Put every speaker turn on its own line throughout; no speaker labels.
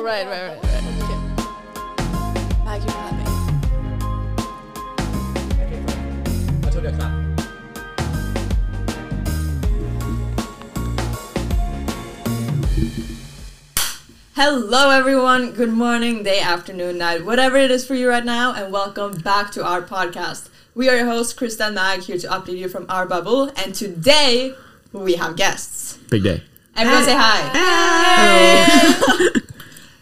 Right, right, right, right. Okay. Like you're clapping.
I told you I clap.
Hello, everyone. Good morning, day, afternoon, night, whatever it is for you right now, and welcome back to our podcast. We are your hosts, Krista and Mag, here to update you from our bubble, and today we have guests.
Big day.
Everyone say hi.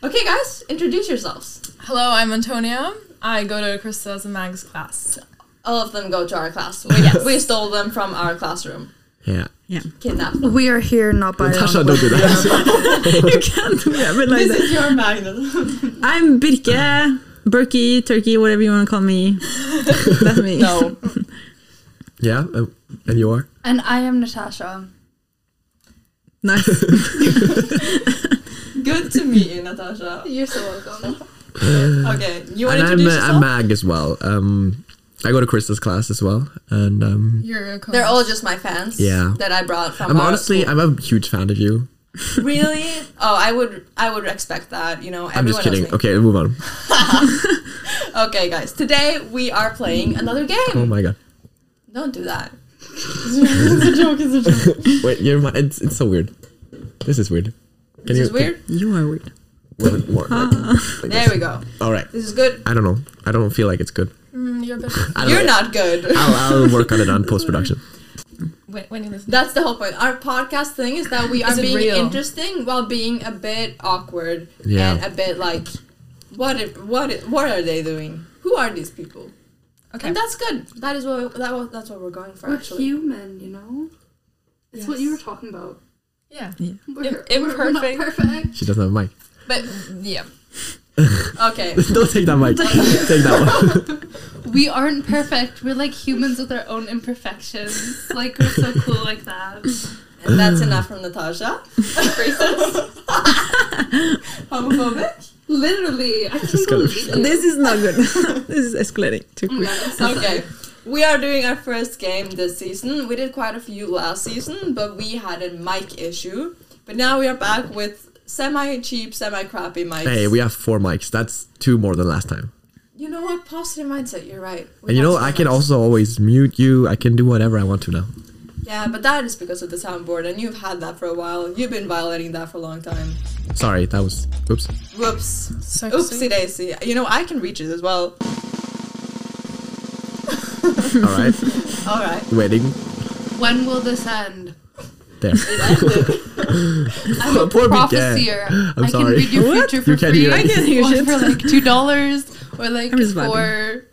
Okay, guys, introduce yourselves.
Hello, I'm Antonia. I go to Krista's and Mag's class.
All of them go to our class. We, we stole them from our classroom.
Yeah.
Yeah.
Kidnapped.
We are here not by
Tasha, don't do that.
you can't do that. But like
This
that.
is your magnet.
I'm Birke, Berkey, Turkey, whatever you want to call me. That's me.
no.
yeah, uh, and you are?
And I am Natasha.
Nice.
Good to meet you, Natasha.
You're so welcome.
Okay, you want
And
to
I'm,
introduce
uh, I'm
yourself?
Mag as well. Um, I go to Krista's class as well. And um,
You're a co-
They're all just my fans
Yeah.
that I brought from
I'm
our
honestly, I'm a huge fan of you.
Really? Oh, I would I would expect that, you know, everyone
I'm just
knows
kidding.
me.
Okay, move on.
Okay, guys. Today we are playing another game.
Oh my god.
Don't do that.
Wait, you're my, it's, it's so weird. This is weird. Can
This is weird.
you are weird.
Wait, wait, more, like-
There
like this.
we go.
All right.
This is good.
I don't know. I don't feel like it's good.
Mm, you're better.
I don't
You're
know.
not good.
I'll, I'll work on it on post production.
Wait, when you listen.
That's the whole point. Our podcast thing is that we are
Is it
being
real?
interesting while being a bit awkward
Yeah.
and a bit like, what? If, what? If, what are they doing? Who are these people?
Okay.
And that's good. That is what that, wa- that's what we're going for.
We're
actually,
human, you know? It's what you were talking about.
yeah.
We're,
Im-
we're- we're not
imperfect.
perfect.
She doesn't have a mic.
but
Yeah.
okay.
don't take that mic. take that one.
We aren't perfect. We're like humans with our own imperfections. like, we're so cool like that.
And that's enough from Natasha. Homophobic.
Literally. I
is
can't
gonna
believe it.
This is not good. this is escalating too
Mm.
quick.
Okay. We are doing our first game this season. We did quite a few last season, but we had a mic issue. But now we are back with semi cheap, semi crappy mics.
Hey, we have four mics. That's two more than last time.
you know what? Positive mindset. You're right. We
And you know,
have
I
two
can
mics.
also always mute you. I can do whatever I want to now.
Yeah, but that is because of the soundboard, and you've had that for a while. You've been violating that for a long time.
Sorry, that was oops.
Whoops.
So
Oopsie daisy. You know, I can reach it as well.
All right,
All right.
waiting
When will this end?
there.
I'm a
Poor Miguel.
prophesier.
I'm
I
sorry.
can read your future for
You can't
free.
hear it. I
can't hear
or
shit.
for like two dollars, or like
I'm just vibing.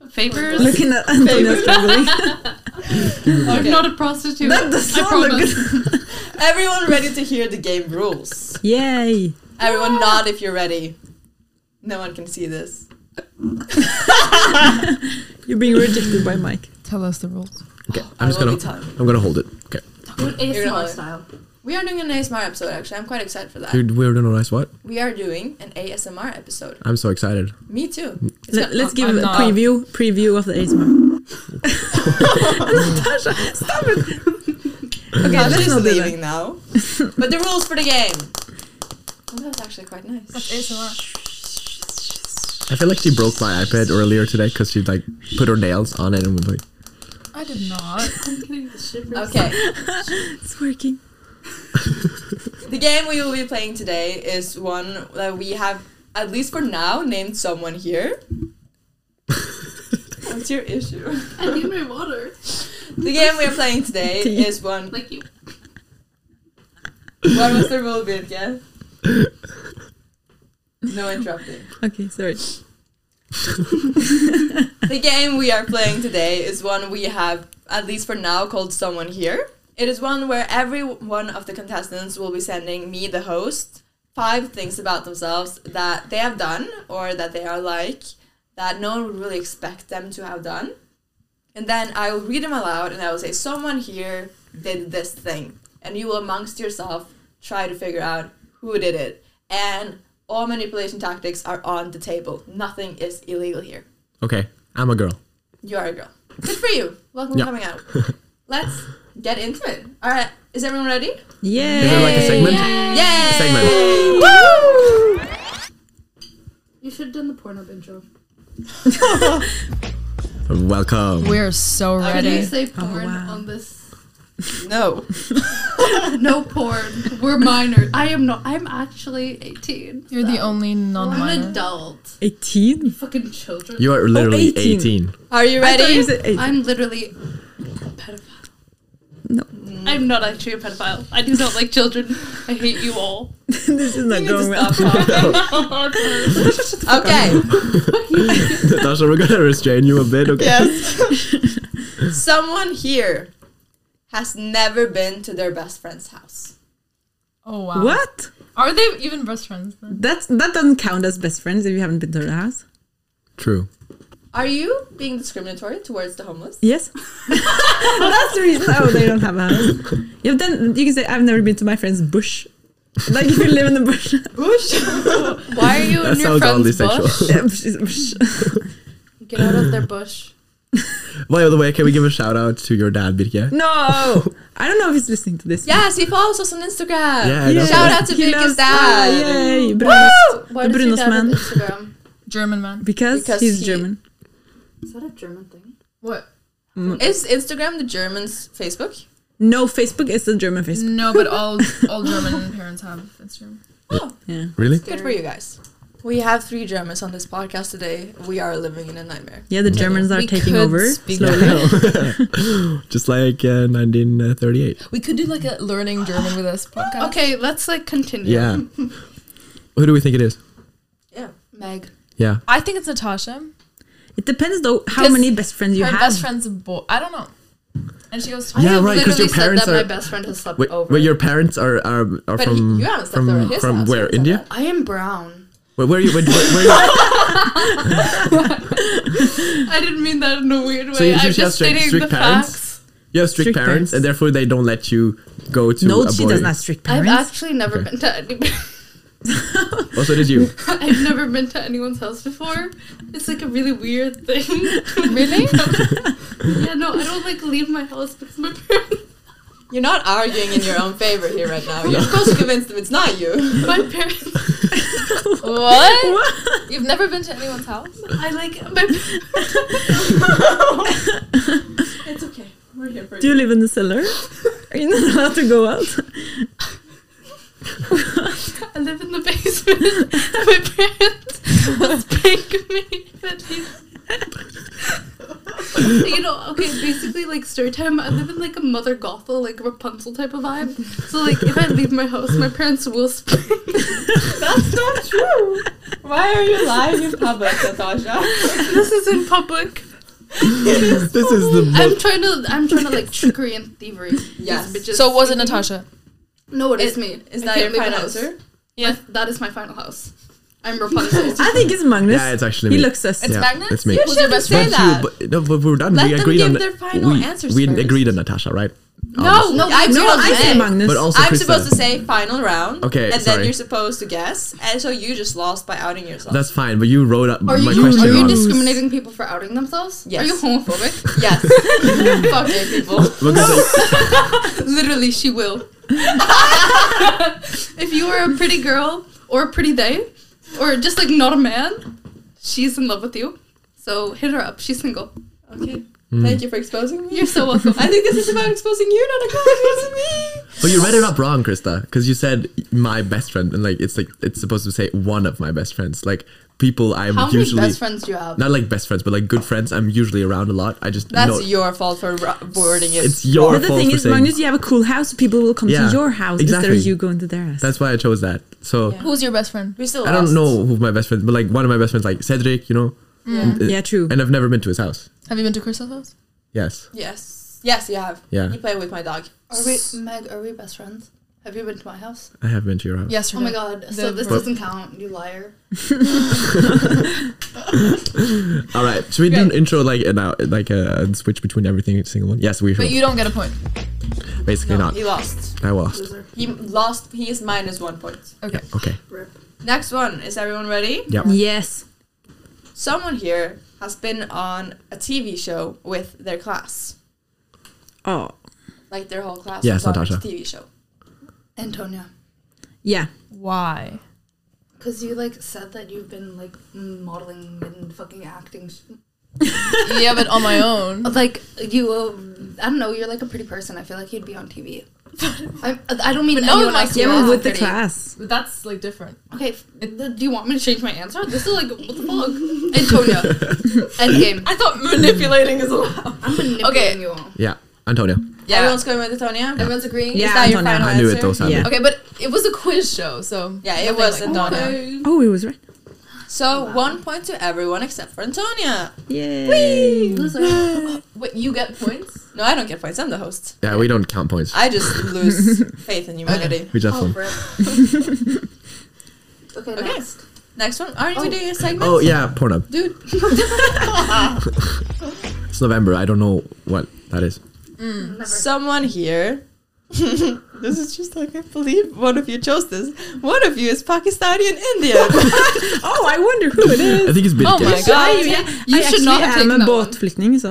for favors.
Looking at Antonia struggling.
I'm not a prostitute.
that does
I
not look
promise.
good.
Everyone ready to hear the game rules?
Yay.
Everyone nod if you're ready. No one can see this.
You're being rejected by Mike.
Tell us the rules.
Okay,
I
I'm just
will
gonna
be tired.
I'm gonna hold it. Okay,
ASMR
style.
We are doing an ASMR episode actually. I'm quite excited for that.
Dude, we're doing a nice what?
We are doing an ASMR episode.
I'm so excited.
Me too. It's
Let,
gonna-
us give
I'm
a
not.
preview preview of the ASMR. Natasha, stop it.
okay,
let's
she's
not do that.
leaving now. But the rules for the game. Well, that was actually quite nice.
I feel like she broke my iPad earlier today because she like put her nails on it and was like,
I did not.
Okay,
It's working.
the game we will be playing today is one that we have, at least for now, named someone here. What's your issue?
I need my water.
The game we are playing today is one.
Like you.
What was the rule, Birke? No interrupting.
Okay, sorry.
The game we are playing today is one we have, at least for now, called Someone Here. It is one where every one of the contestants will be sending me, the host, five things about themselves that they have done or that they are like that no one would really expect them to have done. And then I will read them aloud and I will say, Someone here did this thing. And you will, amongst yourself, try to figure out who did it. And all manipulation tactics are on the table. Nothing is illegal here.
okay, I'm a girl.
You are a girl. Good for you. Welcome to
Yeah.
coming out. Let's get into it. All right. Is everyone ready?
Yay.
Is there like a segment?
Yay! Woo!
Segment.
done the Pornhub intro.
Welcome.
We're so
Can you
ready.
say
Oh,
porn
wow.
on this?
No.
No porn. We're minors. I am not. I'm actually 18.
You're the only
I'm an
non-minor.
adult.
18?
Fucking children.
you are literally
Oh,
18.
18.
Are you ready?
I'm literally a pedophile.
No.
I'm not actually a pedophile. I do not like children. I hate you all.
this is not going well.
Okay.
Natasha, we're gonna restrain you a bit, okay?
yes. Someone here has never been to their best friend's house.
Oh wow.
What?
Are they even best friends? Then?
That's that doesn't count as best friends if you haven't been to the house.
True.
Are you being discriminatory towards the homeless?
Yes. That's the reason. Oh, they don't have a house. Yeah, but then you can say I've never been to my friend's bush. Like if you live in the bush,
Bush.
Why are you
That
in your
sounds oddly
friend's
sexual.
bush?
Yeah, bush is bush.
Get out of their bush.
By the way, can we give a shout out to your dad, Birke?
No, I don't know if he's listening to this.
Yes, he follows us on Instagram.
Yeah, I know.
Shout out to
He
Birke's
loves-
dad.
Oh, yay, Brunos.
Why
The
does your
Brunos
dad have
man.
Instagram?
German man.
Because,
Because
he's
he-
German.
Is that a German thing?
What?
Is Instagram the Germans' Facebook?
No, Facebook is a German Facebook.
No, but all all German parents have Instagram.
Yeah.
Really?
Good for you guys. We have three Germans on this podcast today. We are living in a nightmare.
Yeah, the Germans are
We
taking
could
over
speak-
slowly.
Just like uh, 1938.
We could do like a learning German with us podcast.
Okay, let's like continue.
Yeah. Who do we think it is?
Yeah.
Meg.
Yeah.
I think it's Natasha.
It depends though how
Because
many best friends you
Her
have.
best friend's a boy. I don't know. And she goes,
Yeah,
I
right, 'cause
literally
your parents
said that
are-
my best friend has slept
Wait,
over.
wait, your parents are are, are
But
from
he, you haven't slept
from
over at his
from
house,
where?
you said
India?
that.
I am brown.
Wait, where are you? Wait, where, where are you?
I didn't mean that in a weird way.
So you
I'm
just have
just
strict-
stating
strict
the
parents?
facts.
you have strict,
Strict
parents,
parents.
and therefore they don't let you go to
no,
a
she
boy.
doesn't have strict
I've
parents.
actually never
Okay.
been to any-
Oh, so did you?
I've never been to anyone's house before. It's like a really weird thing.
Really?
yeah, no, I don't like leave my house because my parents
You're not arguing in your own favor here right now. You're supposed to convince them it's not you.
my parents
what? You've never been to anyone's house?
I like my It's okay. We're here for
Do you
you.
live in the cellar? Are you not allowed to go out?
I live in the basement. and my parents will spank me. That you know, okay, basically like story time, I live in like a mother Gothel, like Rapunzel type of vibe. So like if I leave my house, my parents will spank me.
That's not true. Why are you lying in public, Natasha?
This is in public.
this is the
I'm trying to I'm trying to like trickery and thievery.
Yes.
These bitches.
So was it Natasha?
No, it is
It-
me.
Is that
I can't
your
leave the
final
house.
answer?
Yeah, that is my final house. I'm Rapunzel.
I think it's Magnus.
yeah. It's actually
he
me.
looks us.
It's
yeah,
Magnus?
It's me.
You
Who's
should
your
not
best
say
But
that.
you, but, no, but we're done.
Let
we
them
agreed
give
on
their final
we,
answers
We
first.
agreed on Natasha, right?
no, no,
I
no,
don't
I
say.
say Magnus.
But also,
I'm
Krista,
supposed to say final round.
Okay,
And then
sorry.
you're supposed to guess. And so you just lost by outing yourself.
That's fine, but you wrote up
Are
my
you,
question
are you
wrong.
discriminating people for outing themselves?
Yes.
Are you homophobic?
yes. Fuck gay people.
Because I-
Literally, she will. if you are a pretty girl or a pretty day, or just like not a man, she's in love with you. So hit her up. She's single.
Okay.
Hmm.
Thank you for exposing me.
You're so welcome.
I think this is about exposing you, not exposing me.
but you read it up wrong, Krista, because you said my best friend, and like it's like it's supposed to say one of my best friends, like people I'm
How many
usually
best friends do you have?
not like best friends, but like good friends. I'm usually around a lot. I just
That's
know-
your fault for ru- wording it.
It's your
But the
fault
thing
for
is,
saying.
Magnus, you have a cool house. People will come
Yeah,
to your house instead
exactly.
of you going to their house.
That's why I chose that. So
Yeah.
Who's your best friend?
We still
I don't
lost.
know who my best friend, but like one of my best friends, like Cedric, you know.
Mm.
And, uh,
yeah, true.
And I've never been to his house.
Have you been to Krista's house?
Yes.
Yes. Yes, you have.
Yeah.
You play with my dog.
Are we, Meg? Are we best friends? Have you been to my house?
I have been to your house.
Yes or
Oh my
no?
god! So
The-
this doesn't count. You liar.
All right. Should we do an intro like and out like a and switch between everything single one? Yes, we should.
But you don't get a point.
Basically
No,
not.
he lost.
I lost.
Loser.
He lost. He is minus one point.
Okay.
Okay.
Rip.
Next one. Is everyone ready?
Yeah.
yes.
Someone here has been on a TV show with their class.
Oh,
Like their whole class
Yes,
was on a
Natasha.
TV show.
Antonia.
yeah.
Why?
Because you like said that you've been like modeling and fucking acting. Sh-
yeah, but on my own.
like you, uh, I don't know. You're like a pretty person. I feel like you'd be on TV. I, I don't mean
But no
anyone
one likes
else.
you
you
as
are
a
with the
pretty.
class.
But that's like different.
Okay, f- do you want me to change my answer? This is like what the fuck, Antonio. Endgame.
I thought manipulating is allowed.
I'm manipulating
Okay.
you all.
Yeah, Antonio.
Yeah.
Everyone's going with Antonia.
Everyone's agreeing.
Yeah,
Is that your
Antonia.
final
I knew it
answer?
though, Sammy.
Yeah.
Okay, but it was a quiz show, so
Yeah, it
nothing
was
like-
Antonia.
Oh, it was right.
So one point to everyone except for Antonia.
Yay!
Wait, you get points?
No, I don't get points. I'm the host.
Yeah, we don't count points.
I just lose faith in humanity.
We just won.
Oh, rip. okay,
Okay.
next.
Next one. Aren't
Oh.
you doing a segment?
Oh yeah, Pornhub.
Dude.
It's November. I don't know what that is.
Never.
Someone here. this is just like I believe one of you chose this. One of you is Pakistani and Indian.
Oh, I wonder who it is.
I think it's Bill
Oh my
Gates.
God.
Why you-
You
I
should not have
actually am
taken
a
that one.
båtflyktning,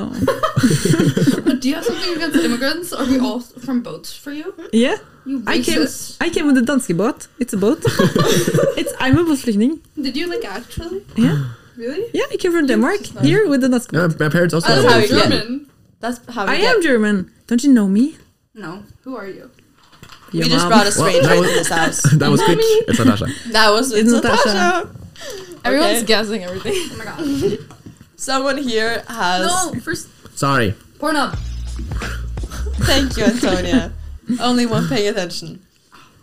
so
Do you have something against immigrants? Are we all from boats for you?
yeah.
You
I came,
racist.
I came with a danske båt. It's a boat. it's, I'm a båtflyktning.
Did you like actually?
Yeah.
Really?
Yeah, I came from Denmark here with the danske
Yeah,
båt.
my parents also.
That's
have
how
one.
you get-
German?
That's how we
I
get.
am German. Don't you know me?
No. Who are you?
We
Your
just
mom.
brought a
Well,
stranger
that
into this house.
that was quick. It's Natasha.
That was it's
It's
Natasha.
Natasha.
Everyone's
Okay.
guessing everything.
Oh my god.
Someone here has.
no, first
Sorry.
Pornhub.
Thank you, Antonia. Only one paying attention.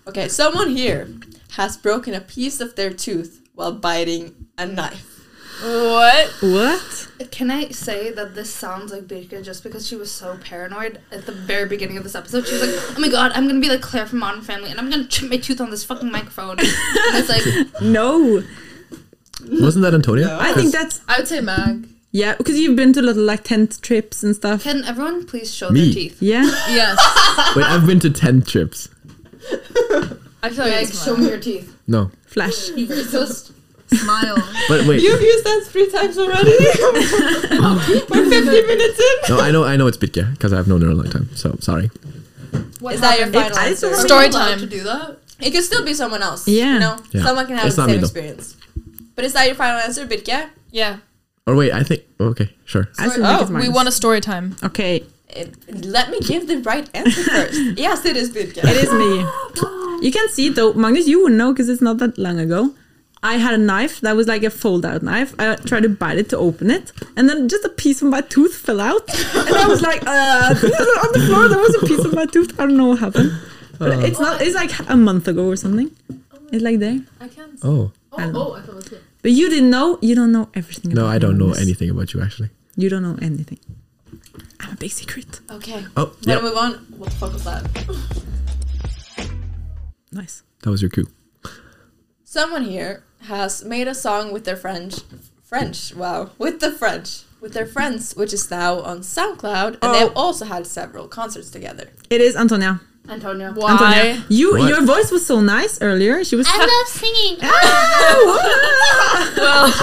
Okay, someone here has broken a piece of their tooth while biting a knife.
What?
What?
Can I say that this sounds like Birka just because she was so paranoid at the very beginning of this episode? She was like, "Oh my god, I'm gonna be like Claire from Modern Family, and I'm gonna chip my tooth on this fucking microphone." and it's like,
No.
Wasn't that Antonio?
No.
I think that's
I would say Mag.
yeah, because you've been to little like tent trips and stuff.
can everyone please show
Me.
their teeth?
Yeah.
Yes.
Wait, I've been to ten trips.
I feel like
Like,
it's
show me your teeth.
No,
Flash.
You racist.
smile.
but wait.
You've used that three times already. We're 50 minutes in.
No, I know. I know it's Bitke because I've known her a long time. So sorry.
What
Is that your final
I
answer?
saw-
Story
Are we allowed
time.
To do that,
It could still be someone else.
Yeah.
You know,
Yeah.
someone can have
It's
the
not
same
me, though.
experience. But is that your final answer, Birke?
Yeah.
Or wait, I think. Okay, sure.
I still
Oh,
think it's mine.
We want a story time.
Okay,
It, let me give the right answer first. yes, it is Birke.
it is me. You can see though, Magnus, you would know because it's not that long ago. I had a knife that was like a fold-out knife. I tried to bite it to open it, and then just a piece of my tooth fell out, and I was like, uh, on the floor there was a piece of my tooth. I don't know what happened. But
Uh.
it's not. It's like a month ago or something. It's like there.
I can't.
Oh
I don't know.
I thought it was good.
But you didn't know. You don't know everything.
no,
about
I don't know
Magnus.
anything about you actually.
You don't know anything. I'm a big secret.
Okay.
Oh,
Wanna
yeah,
move on? What the fuck was that?
Nice.
that was your coup.
Someone here has made a song with their French. French, wow. With the French. With their friends, which is now on SoundCloud. And
Oh.
they've also had several concerts together.
It is Antonia.
Antonio?
Why?
Antonia, you
What?
your voice was so nice earlier. She was.
I love singing.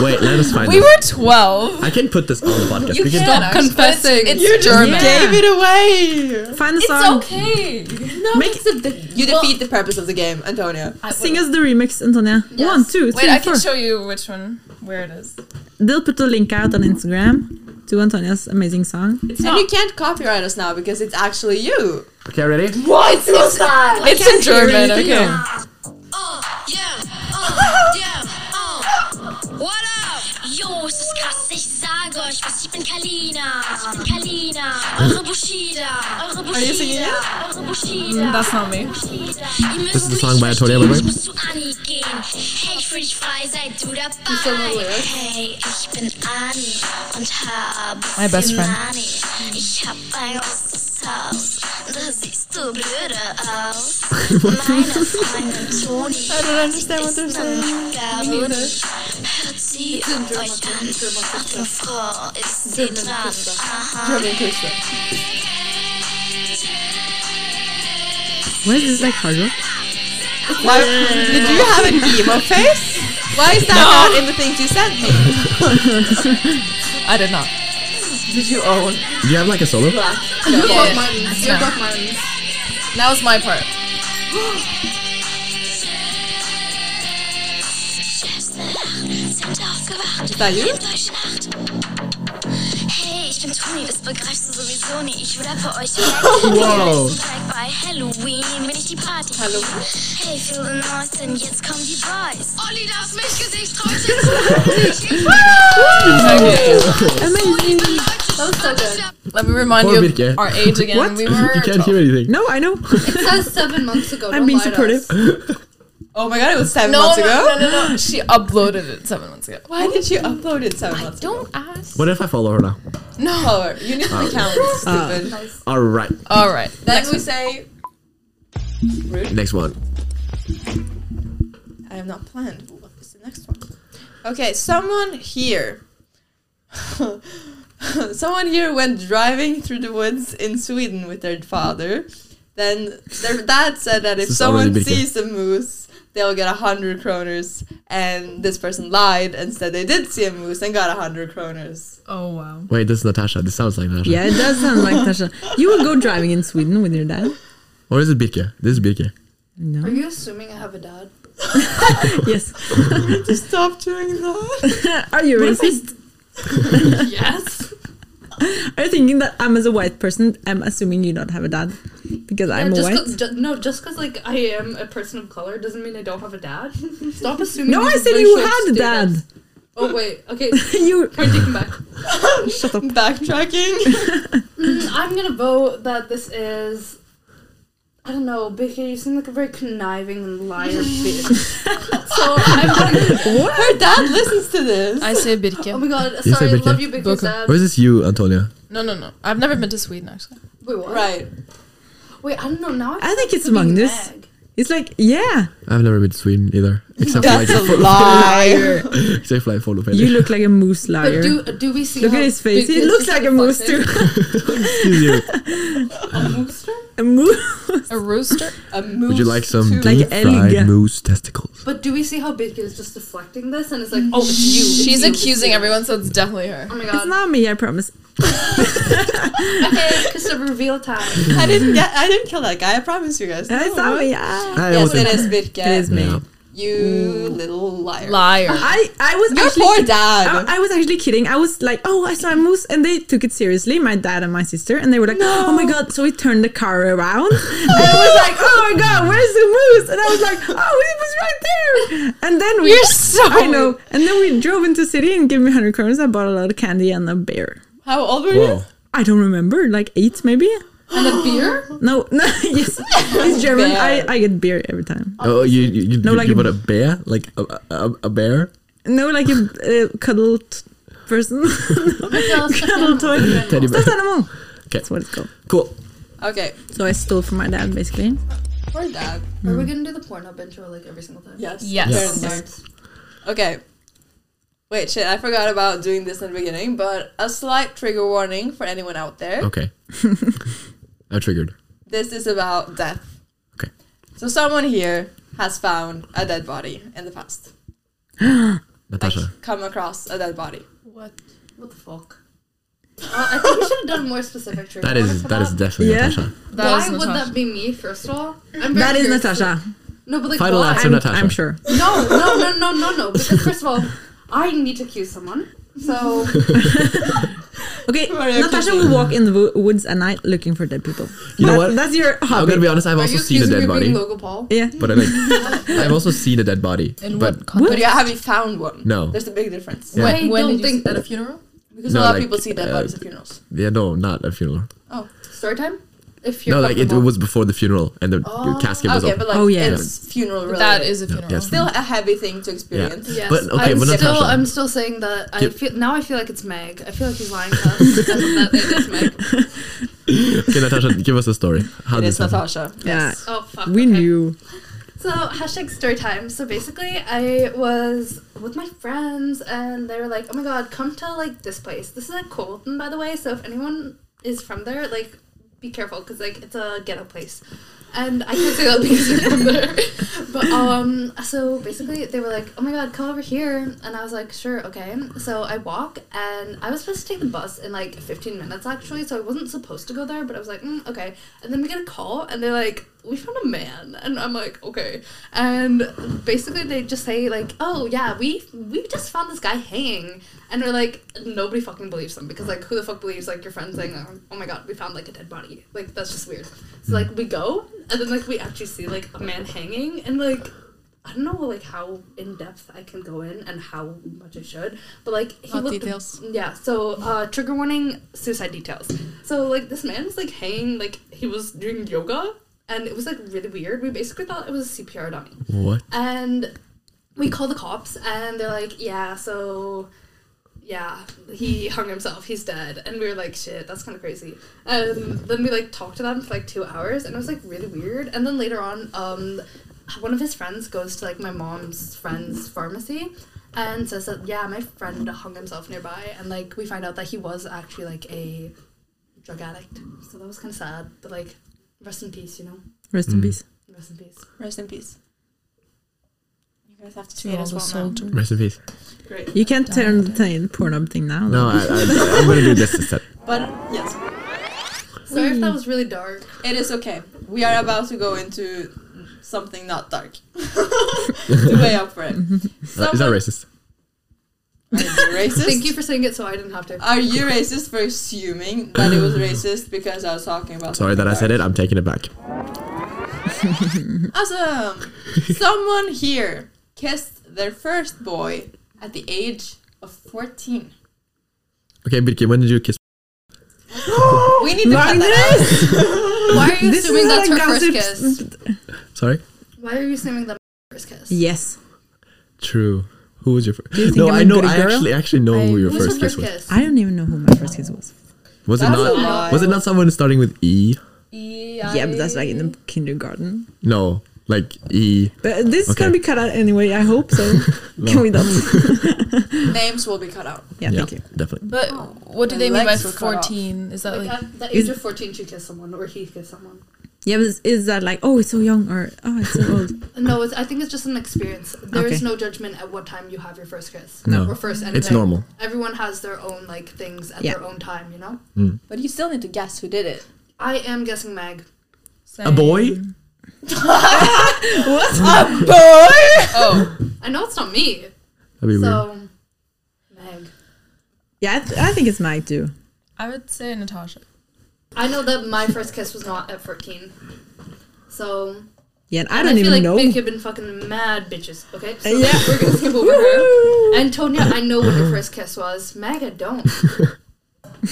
Wait, let us find.
We
out.
were 12.
I can put this on the podcast.
You
we can
can
talk.
confessing. It's,
You
it's
just
German.
gave it away!
Find the
It's
song.
okay.
No,
Make-
it's a, you defeat the purpose of the game, Antonio.
Uh, Sing us the remix, Antonia.
Yes.
One, two, three,
Wait, I
four.
can show you which one, where it is.
They'll put the link out on Instagram to Antonia's amazing song.
It's
and
not.
you can't copyright us now because it's actually you.
Okay, ready?
What was that?
It's in German, okay.
Yo, es ist krass, ich sage euch was, ich bin Kalina, ich bin Kalina, eure Bushida, eure Bushida, eure Bushida.
That's not me.
Bushida.
This is the song by Antonia, by the way.
Ich muss zu Anni gehen. Hey, ich fühl dich frei, sei du dabei. Hey, ich bin Anni und habe
My best
viel
friend.
Money. Ich hab ein großes Haus, da siehst du blöde aus. Meine Freundin Toni. I don't understand what they're saying. Hört sie euch an. Eine Frau ist sie dran. Aha.
What is this like hard rock?
Why,
Mm.
did you have an emo face? Why is that not in the things you sent me?
I did not.
Did you own?
Do you have like a solo?
You're
Yeah.
both mine. You're
No.
both mine.
That was my part.
Nacht aufgewacht.
Sally?
Eine deutsche Nacht. Hey, ich bin Toni, das begreifst du sowieso nie. Ich rappe euch weg.
Wow.
Bei Halloween bin ich die Party. Hey, feel the noise, denn jetzt kommen die Boys.
Olli darf mich Gesicht träumen.
Amazing.
Let me remind
Poor
you of
Birke.
our age again.
What?
We were
You can't hear anything.
No, I know.
It says seven months ago.
I'm
don't
being
lie to
supportive.
us.
Oh my god, it was seven
no,
months
no,
ago.
no, no, no. She uploaded it seven months ago.
Why did you upload it seven months ago?
Don't ask.
What if I follow her now?
No, you need to be counted, stupid.
All right,
All right.
Then we say,
next one.
I have not planned. What is the next one? Okay, someone here. someone here went driving through the woods in Sweden with their father. Then their dad said that if
This is already
someone
big, yeah.
sees a moose, they'll get a hundred kroners. And this person lied and said they did see a moose and got a hundred kroners.
Oh wow.
Wait, this is Natasha. This sounds like Natasha.
Yeah, it does sound like Tasha. You would go driving in Sweden with your dad.
Or is it Birke? This is Birke.
Are you assuming I have a dad?
Yes.
Stop doing that.
Are you racist?
Yes.
Are you thinking that I'm as a white person? I'm assuming you don't have a dad because I'm a
just
white.
'cause- ju- no, just because like I am a person of color doesn't mean I don't have a dad. Stop assuming.
No, I
these
said you
racial
had a dad.
stereotypes. Oh wait, okay.
you
Point taken back.
shut up.
Backtracking.
Mm, I'm gonna vote that this is. I don't know, Becky. You seem like a very conniving liar bitch. so I'm voting.
Her dad listens to this.
I say
Oh
Birke.
my god,
You say
sorry, I
Becky.
love you, Becky's
Boca.
dad.
Or is this you, Antonia?
No, no, no. I've never been to Sweden actually.
Wait, what?
Right.
Wait, I don't know. Now
I think it's
feel like
Magnus.
Meg.
It's like yeah,
I've never been to Sweden either. Except for like,
That's a
for-
lie.
except for like follow
you look like a moose liar.
But do, do we see
Look
how
at his face.
big
He
is
looks
his
like a moose too.
Excuse you.
a moose,
A rooster?
A moose
Would you like some
too.
Like
deep
Elga.
fried moose testicles?
But do we see how Becky is just deflecting this and it's like, oh, it's you. it's
She's
you, it's
accusing
you.
everyone, so it's definitely her.
Oh my
it's
god.
not me. I promise.
Okay, it's a reveal time.
I didn't get. I didn't kill that guy. I promise you guys. No.
It's not me. ah.
I
Yes,
don't
it is
think-
Birke.
It is me.
Yeah.
You
Mm.
little liar.
Liar.
I I was
Your
actually
poor dad.
I, I was actually kidding. I was like, oh, I saw a moose, and they took it seriously. My dad and my sister, and they were like, oh my god! So we turned the car around, and I was like, oh my god, where's the moose? And I was like, oh, it was right there. And then we,
You're so-
I know. And then we drove into city and gave me hundred kroners. I bought a lot of candy and a beer.
How old were you?
Whoa.
I don't remember, like eight maybe.
And a beer?
No, no, yes, it's German. I,
Beer.
I get beer every time.
Oh, you you, you,
No, like
you
a-
bought a bear, like a, a, a bear
No, like a, a cuddled person, cuddled toy.
teddy bear.
Stuffed animal.
Okay.
That's what it's called.
Cool.
Okay,
So I stole from my dad, basically.
poor dad.
Are we gonna do the Pornhub intro like every single time?
Yes.
Yes.
Very nice. Okay. Wait, shit. I forgot about doing this in the beginning, but a slight trigger warning for anyone out there.
Okay. I'm triggered.
This is about death.
Okay.
So someone here has found a dead body in the past. Like,
Natasha.
come across a dead body.
What?
What the fuck? Uh, I think we should have done more specific trigger
That is
warnings for
that is definitely
Yeah.
Natasha.
That
why
is
would
Natasha.
that be me, first of all? I'm very
That is
curious.
Natasha.
No, but like,
Final
why?
answer,
I'm,
Natasha.
I'm sure.
No, no, no, no, no, no. Because first of all, I need to accuse someone. So
Okay,
Maria,
Natasha will walk in the wo- woods at night looking for dead people.
You know
That-
what?
That's your
I'm
hobby.
gonna be honest. I've
are
also
you
seen a
accusing me
dead
of being
body,
Logan Paul?
yeah.
but I, like I've also seen a dead body.
In
but
what context?
But yeah, have you found one?
No.
There's a big difference.
Yeah.
I
When
don't
did you
think
at a funeral?
Because a
No,
lot of
like,
people see dead
uh,
bodies at funerals.
yeah, no, not a funeral.
story time. If you're
No, like it,
comfortable.
was before the funeral and the casket was
Okay,
open.
but like
Oh, yeah.
it's funeral related.
That is a funeral.
yes.
still a heavy thing to experience.
Yes,
But, okay,
I'm
but
still
Natasha-
I'm still saying that I
Give-
feel now I feel like it's Meg. I feel like he's lying to us. as of that it is Meg.
Okay, Natasha, give us a story. How
It
did
is
this happen?
Natasha.
Yeah.
Oh fuck.
We
okay.
knew.
So hashtag story time. So basically, I was with my friends, and they were like, "Oh my god, come to like this place. This is at Colton, by the way. So if anyone is from there, like, be careful because like it's a ghetto place." And I can't say that because you're from there. But um, so basically, they were like, "Oh my god, come over here," and I was like, "Sure, okay." So I walk, and I was supposed to take the bus in like 15 minutes actually, so I wasn't supposed to go there, but I was like, mm, "Okay." And then we get a call, and they're like, we found a man and i'm like okay and basically they just say like oh yeah we we just found this guy hanging and we're like nobody fucking believes them because like who the fuck believes like your friend saying oh, oh my god we found like a dead body like that's just weird so like we go and then like we actually see like a man hanging and like I don't know like how in depth I can go in and how much I should, but like he
Lot
looked-
details.
Yeah, so uh, trigger warning, suicide details. So like this man was like hanging, like he was doing yoga, and it was like really weird. We basically thought it was a CPR dummy,
What?
and we call the cops, and they're like, yeah, so yeah, he hung himself. He's dead. And we were like, shit, that's kind of crazy. And then we like talked to them for like two hours, and it was like really weird. And then later on, um, one of his friends goes to like my mom's friend's pharmacy and says that yeah, my friend hung himself nearby, and like we find out that he was actually like a drug addict. So that was kind of sad, but like, rest in peace, you know,
Rest
Mm.
in peace.
rest in peace.
Rest in peace. You guys have to
To
see it
all
as
the
well now.
soldiers.
Rest in peace.
You can't turn the Pornhub thing now.
No, I, I, I'm gonna do this instead. Uh,
But yes,
Sorry if that was really dark.
it is okay. We are about to go into something not dark. to way up for it.
Uh, is that
Someone-
racist?
Are you racist?
Thank you for saying it, so I didn't have to.
Are you racist for assuming that it was racist because I was talking about?
Sorry that I said it. I'm taking it back.
Awesome. Someone here kissed their first boy at the age of fourteen.
Okay, Birki, when did you kiss?
We need to cut that out.
Why are you
This
assuming
is
that's
a
her first
gossip-
kiss?
Sorry.
Why are you saying that first kiss?
Yes.
True. Who was your first?
you think
No,
I'm
I
a
know.
good
I
girl?
actually actually know who your
Who was
first
her
kiss was.
I don't even know who my first kiss was.
Was it
That's a
not?
lie.
Was it not someone starting with E?
Yeah, but that's like in the kindergarten.
No, like E.
But this is
Okay.
gonna be cut out anyway. I hope so. Can we not?
Names will be cut out.
Yeah, thank you.
definitely.
But what do
My
they mean by
legs were cut off.
14? Is that
Like
like.
at the age of 14, she kissed someone, or he kissed someone.
Yeah, but is, is that like oh it's so young or oh it's so old?
No, it's, I think it's just an experience. There is
Okay.
no judgment at what time you have your first kiss.
No.
Or first anything.
It's normal.
Everyone has their own, like, things at
Yeah.
their own time, you know?
But you still need to guess who did it.
I am guessing Meg.
A boy?
Oh,
I know it's not me.
That'd be weird.
So, Meg.
Yeah, I, th- I think it's Mike too.
I would say Natasha.
I know that my first kiss was not at 14. So,
Yeah, and I
and
don't
I
even
feel like
know.
Meg have been fucking mad bitches, okay? So
Yeah.
we're gonna skip over her. Antonia, I know what your first kiss was. Meg, I don't.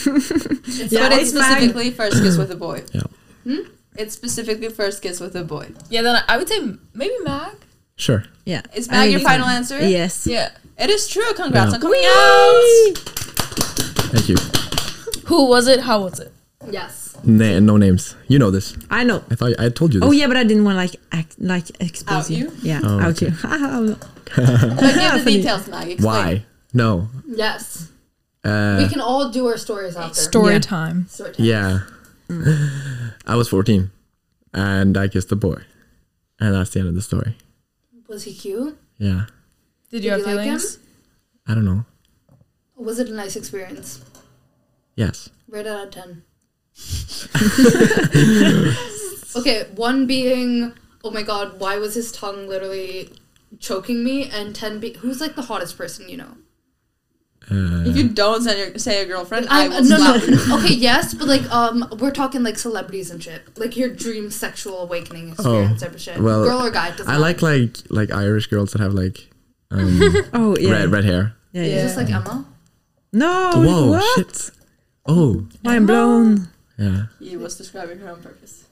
Yeah,
but it's
it's Mag.
specifically first kiss with a boy.
Yeah.
It's specifically first kiss with a boy.
Yeah, then I- I would say m- maybe Mag.
Sure.
Yeah,
Is
I
Mag your
think-
final answer?
Yes.
Yeah.
It is true. Congrats
Yeah.
on coming out.
Thank you.
Who was it? How was it?
Yes.
Na- no names. You know this.
I know.
I thought I told you this.
Oh yeah, but I didn't want like act, like expose
Out
you.
you?
Yeah,
Oh,
out
okay.
you. I
But give the
Funny.
details, Mag. Explain.
Why? No.
Yes.
Uh,
we can all do our stories after.
Story
Yeah.
time.
Story time.
yeah.
Mm.
I was 14, and I kissed a boy, and that's the end of the story.
Was he cute?
Yeah.
Did
Did
you have
you like
feelings?
I don't know.
Was it a nice experience?
Yes.
Rated out of 10. okay, one being, oh my god, why was his tongue literally choking me? And 10 be who's like the hottest person you know?
If you don't send your, say your girlfriend, i
I'm,
will
no,
slap you.
no. okay, yes, but like, um, we're talking like celebrities and shit. Like your dream sexual awakening experience type of shit.
Oh, well,
Girl or guy, doesn't
I like like like Irish girls that have like
oh yeah.
red red hair.
Yeah,
matter.
yeah.
Just like Emma.
No.
Whoa!
what?
Shit. Oh.
Mind blown.
Yeah.
He was describing her on purpose.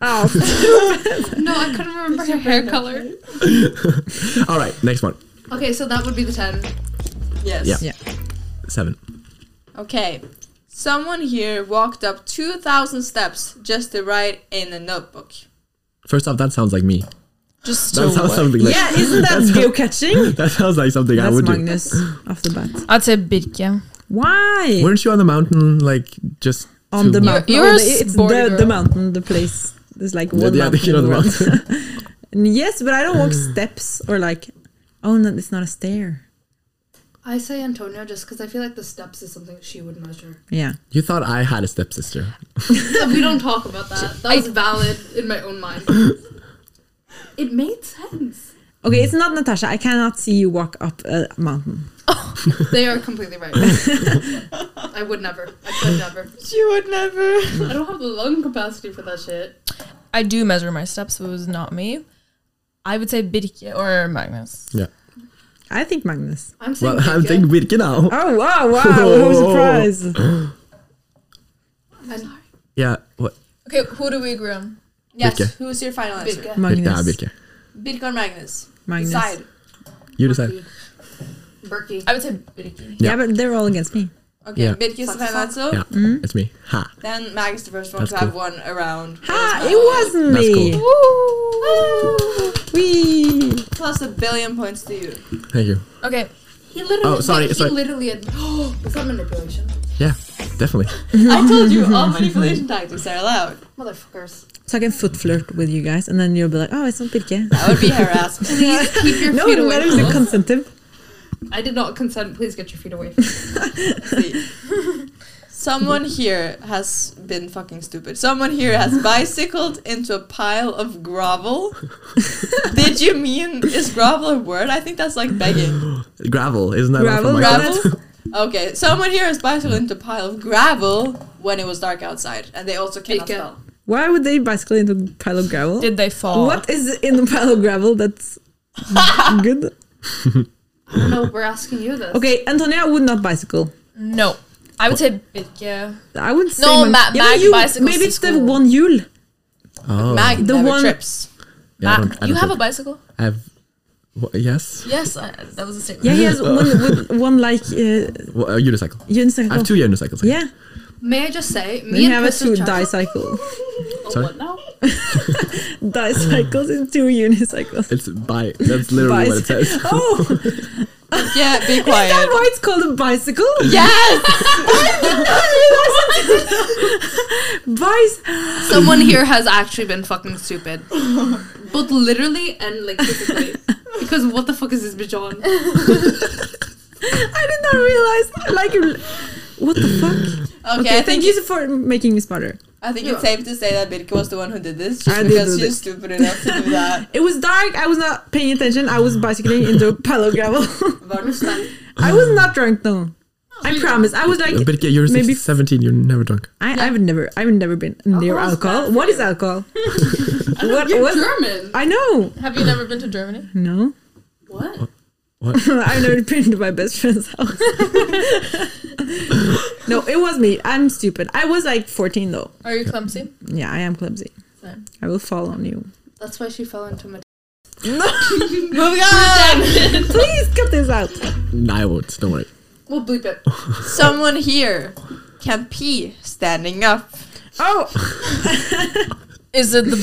Oh,
No, I couldn't remember her hair color.
All right. Next one.
Okay, so that would be the 10.
Yes.
Yeah.
Yeah.
Seven.
Okay. Someone here walked up 2,000 steps just to write in a notebook.
First off, that sounds like me.
Just
That
to
sounds
what?
something like
yeah. Isn't that geo catching?
that sounds like something I
That's
would do.
Magnus off the bat.
I'd say Birke.
Why?
Weren't you on the mountain like just
on the
to-
mountain.
you're a
Oh, the- it's
sporty
the,
girl.
the mountain, the place. There's like
Yeah,
one
yeah,
mountain.
you know,
in
the
the world.
mountain.
And yes, but I don't walk steps or like. Oh no, it's not a stair.
I say Antonio just because I feel like the steps is something she would measure.
Yeah.
You thought I had a stepsister.
we don't talk about that. That was valid in my own mind. it made sense.
Okay, it's not Natasha. I cannot see you walk up a mountain.
They are completely right. I would never. I could never.
She would never.
I don't have the lung capacity for that shit.
I do measure my steps, but it was not me. I would say Birke or Magnus.
Yeah.
I think Magnus.
I'm saying.
Well, I'm
Ikea.
thinking Birke now.
Oh wow! Wow! Oh, surprise!
I'm-
Yeah. What?
Okay, who do we agree on?
Yes, Birke.
who's your final answer?
Yeah,
Magnus.
Birke.
Birke or Magnus?
Magnus.
Decide.
You decide.
Berkey.
I would say Birke.
Yeah, but they're all against me.
Okay,
Yeah.
Birke is the final answer.
Yeah.
Hmm?
It's me. Ha.
Then Mag is the first one
That's
to have
cool.
one around.
Ah, it wasn't
That's
me. Whee!
Plus a billion points to you.
Thank you.
Okay.
He literally.
Oh, sorry,
He
sorry.
literally. Had, oh, is that manipulation?
Yeah. Definitely.
I told you all manipulation tactics are allowed.
Motherfuckers.
So I can foot flirt with you guys, and then you'll be like, "Oh, it's not Birke."
That would be harassment.
Keep your
No,
feet away.
that is
from
a
us.
consentive.
I did not consent. Please get your feet away. From me.
Someone here has been fucking stupid. Someone here has bicycled into a pile of grovel. Did you mean is grovel a word? I think that's like begging.
Gravel. Isn't that
Gravel,
From
gravel.
Gravel. Okay, someone here has bicycled into a pile of gravel when it was dark outside, and they also cannot
Big
spell.
Why would they bicycle into a pile of gravel?
Did they fall?
What is in the pile of gravel that's good?
I don't know. We're asking you this.
Okay, Antonia would not bicycle.
No. I would say Birke.
I would say
No,
Mag-
Mag-
but
Mag
you-
bicycles
Maybe
to
it's the
school.
one Yule.
Oh.
Mag
The
never
one-
trips.
Yeah,
Ma-
I don't- I
you
don't
have a
think-
bicycle?
I have. wha- yes.
Yes, I, that was a statement.
Yeah, he has one, with one like uh,
Well, a unicycle.
unicycle.
I have two unicycles.
Yeah,
May I just say,
then
me
you
and
have a
Twisted
two
Chapel-
dicycle.
Oh,
Sorry?
what now?
Dicycles and two unicycles.
It's bi. That's literally what it
Bicy-
says.
Oh, is
Yeah, be
that
quiet.
why it's called a bicycle?
Yes,
Bice.
Someone here has actually been fucking stupid. Both literally and like physically. Because what the fuck is this bitch on?
I did not realize. Like, what the fuck?
Okay,
Okay,
I
thank
think
you for making me smarter.
I think it's safe to say that Birke was the one who did this, just
I did
because
do
she's
this.
stupid enough to do that.
It was dark. I was not paying attention. I was bicycling into a pile of gravel. I was not drunk though.
Oh,
I promise. I was like,
But yeah, you're
maybe-
17. You're never drunk.
I, I've never, I've never been near
Alcohol's bad
alcohol.
for
What
you.
is alcohol? what?
You're
what-
German.
I know.
Have you never been to Germany?
No,
What?
I've never been to my best friend's house. no, it was me. I'm stupid. I was like 14 though.
Are you clumsy?
Yeah, I am clumsy.
Same.
I will fall on you.
That's why she fell into my.
Moving on.
Please cut this out.
No, I won't. Don't worry.
We'll bleep it.
Someone here can pee standing up.
Oh,
Is it the boy?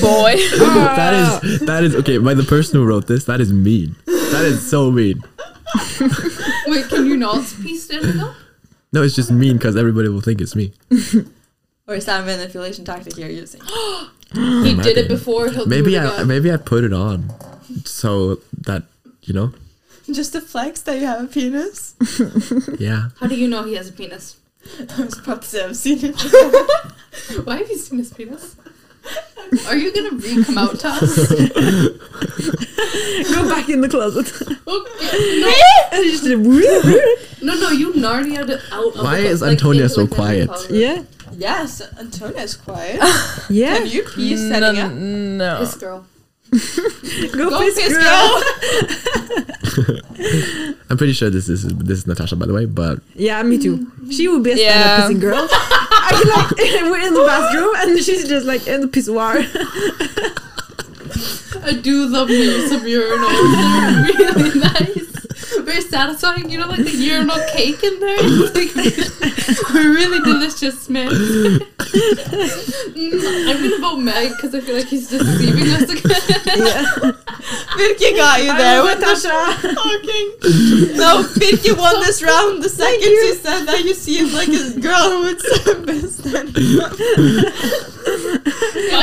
that is that is okay. By the person who wrote this, that is mean. That is so mean.
Wait, can you not pee standing up?
No, it's just mean because everybody will think it's me.
Or is that a manipulation tactic you're using?
He did
Maybe.
it before. He'll
Maybe
do
I
it again.
maybe I put it on so that you know.
Just to flex that you have a penis?
Yeah,
How do you know he has a penis?
I was about to say I've seen it.
Why have you seen his penis? Are you gonna re come out to us?
go back in the closet.
Okay.
And you just did-
No, no, you narnia it out. Of
Why
the,
is
like,
Antonia
into,
so
like, the
quiet?
closet.
yeah,
Yes, Antonia's quiet. Can
yeah.
you pee
no,
standing up?
no.
This girl.
Go,
Go
piss,
piss,
girl.
girl.
I'm pretty sure this is this is Natasha by the way, but
Yeah, me too. She would be a
Yeah.
stand-up pissing girl. I can, like we're in the bathroom and she's just like in the pissoir.
I do love me some urinals. They're really nice. Very satisfying. You know, like the urinal cake in there. It's like really delicious, man. Mm, I'm gonna vote Meg because I feel like he's deceiving us again.
Birke got you there with the
Natasha.
fucking. No, Birke won this round the second she said that you seemed like a girl with some business.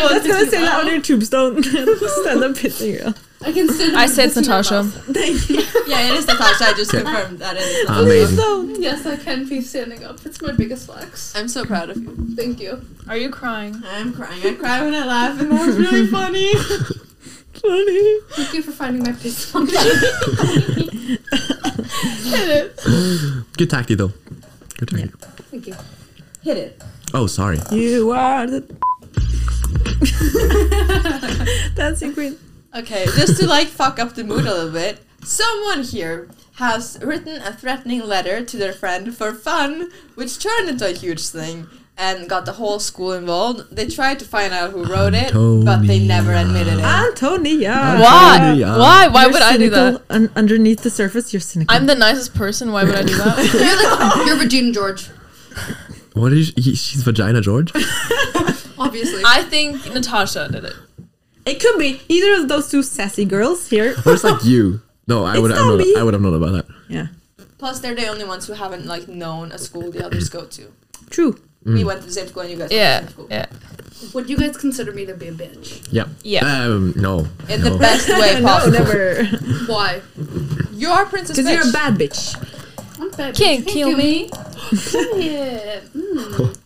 That's gonna say that on your tombstone. stand-up pissing girl.
I can still.
I say it's Natasha.
Thank you.
Yeah, it is Natasha. I just
Okay.
confirmed that it is.
Amazing.
Yes, I can be standing up. It's my biggest flex.
I'm so proud of you.
Thank you.
Are you crying?
I'm crying. I cry when I laugh, and that was really funny.
Funny.
Thank you for finding my place.
Good tactic though. Good tactic.
Thank you.
Hit it.
Oh, sorry.
You are the. Dancing Queen.
Okay, just to like fuck up the mood a little bit, someone here has written a threatening letter to their friend for fun, which turned into a huge thing and got the whole school involved. They tried to find out who wrote it, but they never admitted it.
Antonia.
Why?
Yeah.
Why? Why
You're
would I do that?
cynical Un- underneath the surface, you're cynical.
I'm the nicest person. Why would I do that?
You're, like, you're Regina George,
What is she? She's vagina George.
obviously.
I think Natasha did it.
it could be either of those two sassy girls here.
Or it's like you. No, I
It's
would. have
not
known,
me.
I would have known about that.
yeah,
Plus, they're the only ones who haven't like known a school the others go to.
true.
We went to the same school and you guys went
Yeah.
to the same school.
Yeah.
Would you guys consider me to be a bitch?
Yeah.
Yeah.
Um, no.
In
no.
the best way
no,
possible.
never.
Why?
You're Princess
Because
Bitch.
you're a bad bitch.
I'm bad.
Can't kill me.
Period. Mm.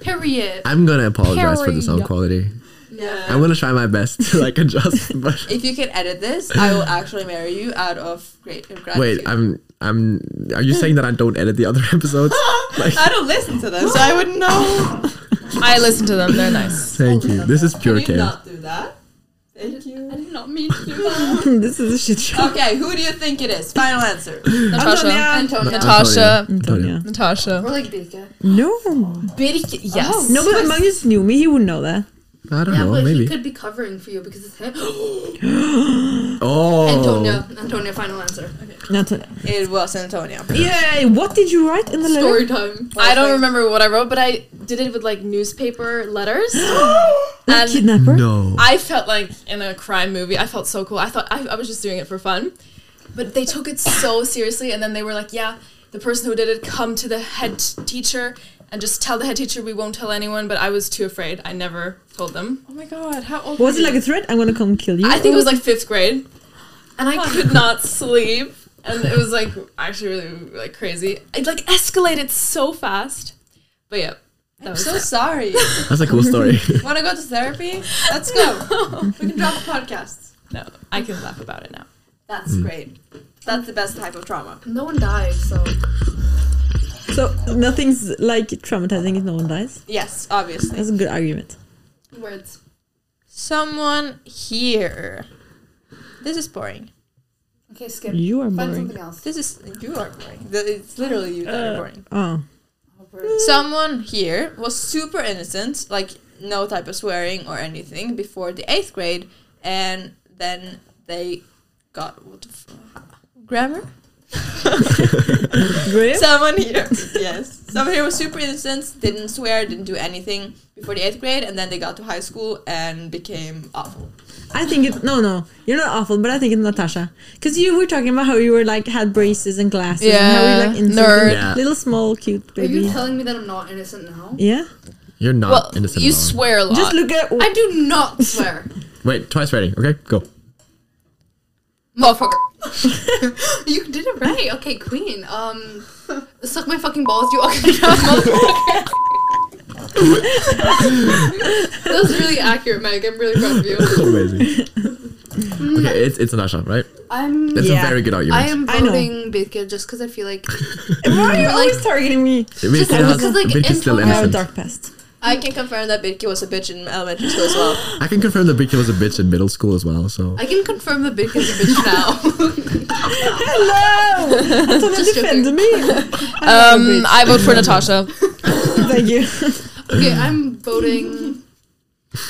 Period.
I'm gonna apologize for the
Period.
sound quality.
Yeah.
I'm gonna try my best to like adjust. But
if you can edit this, I will actually marry you out of great gratitude.
wait, I'm. I'm. Are you saying that I don't edit the other episodes? Like,
I don't listen to them, so I wouldn't know.
I listen to them. They're nice.
thank you. This is pure
Can you
chaos.
not do that? Thank you.
I did not mean to do that.
this is a shit show.
Okay, who do you think it is? Final answer.
Natasha.
Antonia.
Natasha.
Antonia.
Antonia.
Natasha. Oh,
Or like Bika.
No.
Birk. Yes.
No, but if Magnus knew me, he would know that.
I don't
Yeah,
know.
but
Maybe.
he could be covering for you because it's him.
oh.
Antonia. Antonia, final answer.
Antonia.
It was Antonia.
Yay! What did you write in the letter?
Story time.
I don't remember what I wrote, but I did it with like newspaper letters.
Like
And-
kidnapper?
No.
I felt like in a crime movie. I felt so cool. I thought I, I was just doing it for fun, but they took it so seriously. And then they were like, "Yeah, the person who did it, come to the head teacher and just tell the head teacher we won't tell anyone." But I was too afraid. I never told them.
Oh my god, how old
Was it like a threat? I'm gonna come kill you.
I think it was like fifth grade, and I could not sleep. And it was like actually really like crazy. It like escalated so fast. But yeah, that was
so sorry.
That's a cool story.
Wanna go to therapy? Let's go. we can drop a podcast.
no. I can laugh about it now.
That's great. That's the best type of trauma.
No one died, so.
so nothing's like traumatizing if no one dies.
Yes, obviously.
That's a good argument.
Words.
Someone here. This is boring.
Okay, skip.
You are
Find
boring.
something else.
This is you are boring. Th- It's literally you
Uh,
that are boring.
Oh.
Someone here was super innocent, like no type of swearing or anything before the eighth grade, and then they got what the f- grammar.
Graham?
Someone here, yes, someone here was super innocent, didn't swear, didn't do anything before the eighth grade, and then they got to high school and became awful.
I think it. No, no, you're not awful, but I think it's Natasha because you were talking about how you were like had braces and glasses. and
Yeah,
how you like innocent and
nerd.
Yeah.
little small cute
Are
baby.
you telling me that I'm not innocent now?
yeah,
You're not
Well,
innocent.
you
at all.
swear a lot.
just look at.
I do not swear.
Wait, twice reading. Okay, go.
motherfucker.
you did it right. Okay, queen. Um, suck my fucking balls, you ugly motherfucker. that was really accurate, Meg. I'm really proud of you.
Amazing. okay, it's it's Natasha, right?
I'm.
That's
Yeah.
a very good argument.
I am
I know.
voting Bitke just because I feel like
Why are you always targeting me?
Wait,
just
it has-
because, like,
Vic is still
I have a
innocent.
dark past.
I can confirm that Birki was a bitch in elementary school as well.
I can confirm that Vicky was a bitch in middle school as well. So
I can confirm that Bitke is a bitch now.
Hello, Antonia
Just joking.
defend me.
Um, I vote for Natasha.
Thank you.
okay, I'm voting.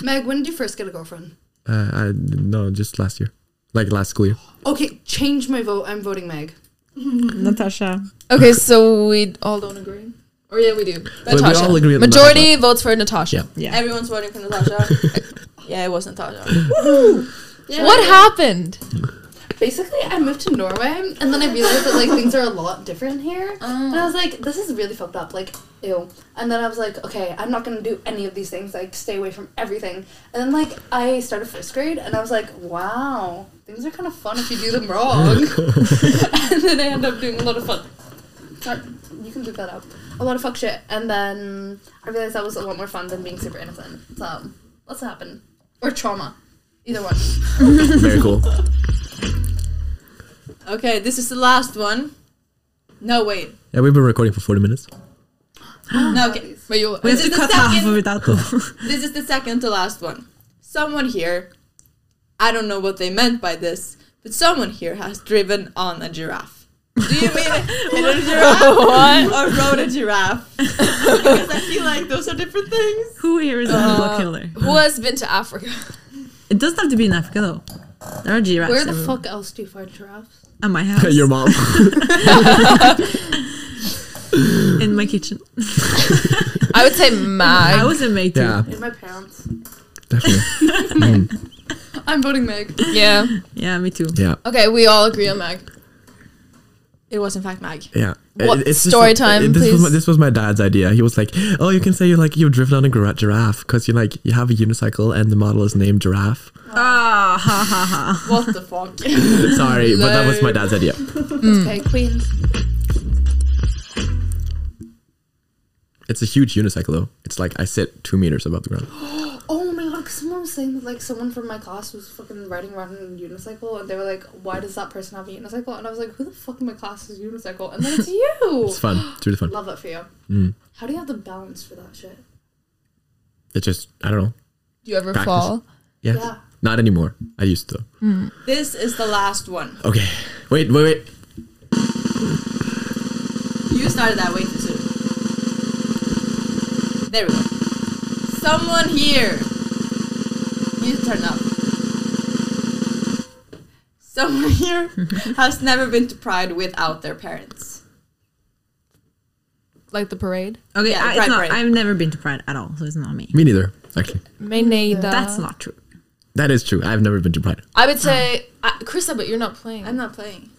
Meg, when did you first get a girlfriend?
uh, I no, just last year, like last school year.
Okay, change my vote. I'm voting Meg.
Natasha.
Okay, so we all don't agree. Or yeah, we do.
we
Natasha.
all agree on
Majority votes for Natasha.
Yeah.
Yeah.
Everyone's voting for Natasha. yeah, it was Natasha.
What happened?
basically I moved to Norway and then I realized that like things are a lot different here. And I was like, this is really fucked up. Like, ew. And then I was like, okay, I'm not gonna do any of these things. Like, stay away from everything. And then like I started first grade and I was like, wow, things are kind of fun if you do them wrong. and then I end up doing a lot of fun. sorry, You can look that up. A lot of fuck shit. And then I realized that was a lot more fun than being super innocent. So let's happen. Or trauma. Either one.
Very cool.
Okay, this is the last one. No, wait.
Yeah, we've been recording for 40 minutes.
No, okay.
But you,
We have
This
to
is the
cut half
second-
of it out. though.
This is the second to last one. Someone here, I don't know what they meant by this, but someone here has driven on a giraffe. Do you mean hit a giraffe or rode a giraffe? because I feel like those are different things.
Who here is a uh, killer?
who has been to Africa?
It doesn't have to be in Africa though. There are giraffes.
Where the
everywhere.
fuck else do you find giraffes?
At my house.
Your mom.
in my kitchen.
I would say
I
Mag.
was in May too.
yeah,
In my parents.
definitely.
I'm voting Meg.
yeah.
Yeah, me too.
Yeah,
Okay, we all agree on Mag.
It was in fact Mag.
yeah.
What-
It- it's just
story
like-
time,
it- this Was my,
please.
this was my dad's idea. He was like, "Oh, you can say you're like you've driven on a gira- giraffe because you like you have a unicycle and the model is named Giraffe."
Ah, ha ha ha.
What the fuck?
Sorry, but that was my dad's idea. Mm.
Okay, Queens.
It's a huge unicycle though. It's like I sit two meters above the ground.
Oh my god, 'cause someone was saying that like someone from my class was fucking riding around in a unicycle and they were like, Why does that person have a unicycle? And I was like, Who the fuck in my class is unicycle? And then it's you.
It's fun. It's really fun.
Love that for you.
Mm.
How do you have the balance for that shit?
It's just I don't know.
Do you ever
Practice.
fall?
Yeah.
Yeah.
Not anymore. I used to.
this is the last one.
Okay. Wait, wait, wait.
You started that way too soon. There we go. Someone here. You turn up. Someone here has never been to Pride without their parents.
Like the parade?
Okay,
Yeah,
I, it's
Pride
not,
Parade.
I've never been to Pride at all, so it's not me.
Me neither. Actually,
Me neither.
That's
uh,
not true.
that is true. I've never been to Pride.
I would say, uh, Krista, but you're not playing.
I'm not playing.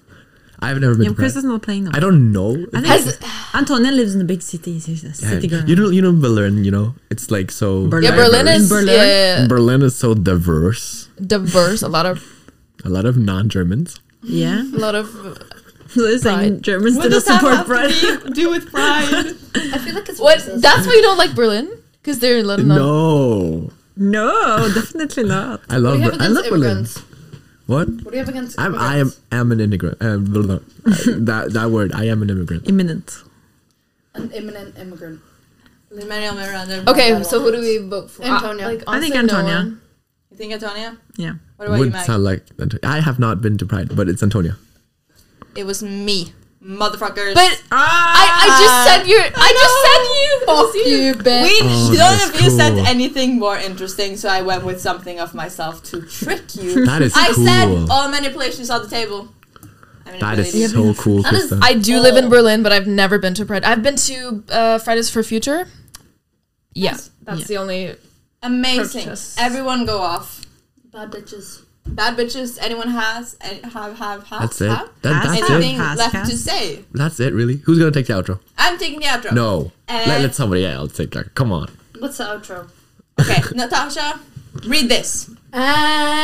I've never been
Yeah,
to Pride.
Chris is not playing though.
I don't know.
I think
Has-
Antonia lives in the big city. She's a city girl.
you know, you know Berlin. You know, it's like so.
Berlin.
yeah, Berlin
diverse.
is
Berlin.
yeah,
Berlin is so diverse.
diverse. A lot of,
A lot of non-Germans.
yeah.
a lot of.
So they're saying
Pride.
Germans do
What
not
does that
support
have
Pride.
to be, do with Pride?
I feel like it's
What?
racist.
That's why you don't like Berlin? Because they're in London.
No,
No, definitely not.
I
what
love.
do you have
Ber- I
against
love Berlin.
immigrants?
What?
What do you have against
I'm. I am.
immigrants?
Am an immigrant. Um, blah, blah, blah. that that word. I am an immigrant.
Imminent.
An imminent immigrant.
Mariel Miranda.
Okay, so who do we vote for? Ah,
Antonia.
I think
honestly, no
Antonia.
one.
You think Antonia?
Yeah.
What about you,
Would
Meg?
sound like. I have not been to Pride, but it's Antonia.
It was me, motherfuckers.
But I, Uh, I just said you. I, just said you.
You bitch.
We
Oh,
none
that's
of you said
cool.
anything more interesting, so I went with something of myself to trick you.
That is
I
cool.
said all manipulations on the table. I
that
manipulated.
is so cool,
That is-
Krista.
I do live in Berlin, but I've never been to Pride. I've been to uh, Fridays for Future. Yeah, that's
Yeah.
the only.
amazing.
Purchase.
Everyone go off.
Bad bitches.
Bad bitches. Anyone has and have have have
That's it.
have
That- that's
Has-
it.
has-
anything
Has,
left
has.
to say?
That's it, really. Who's gonna take the outro?
I'm taking the outro.
No.
Eh.
let, let somebody else take that. Come on.
What's the outro?
Okay, Natasha, read this.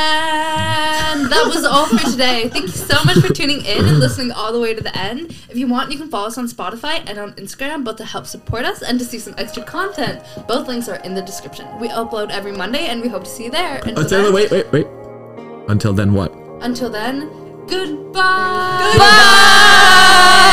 And that was all for today. Thank you so much for tuning in and listening all the way to the end. If you want, you can follow us on Spotify and on Instagram, both to help support us and to see some extra content. Both links are in the description. We upload every Monday, and we hope to see you there. Until,
Until
then,
then, Oh, wait, wait, wait. Until then, what?
until then, goodbye.
Bye.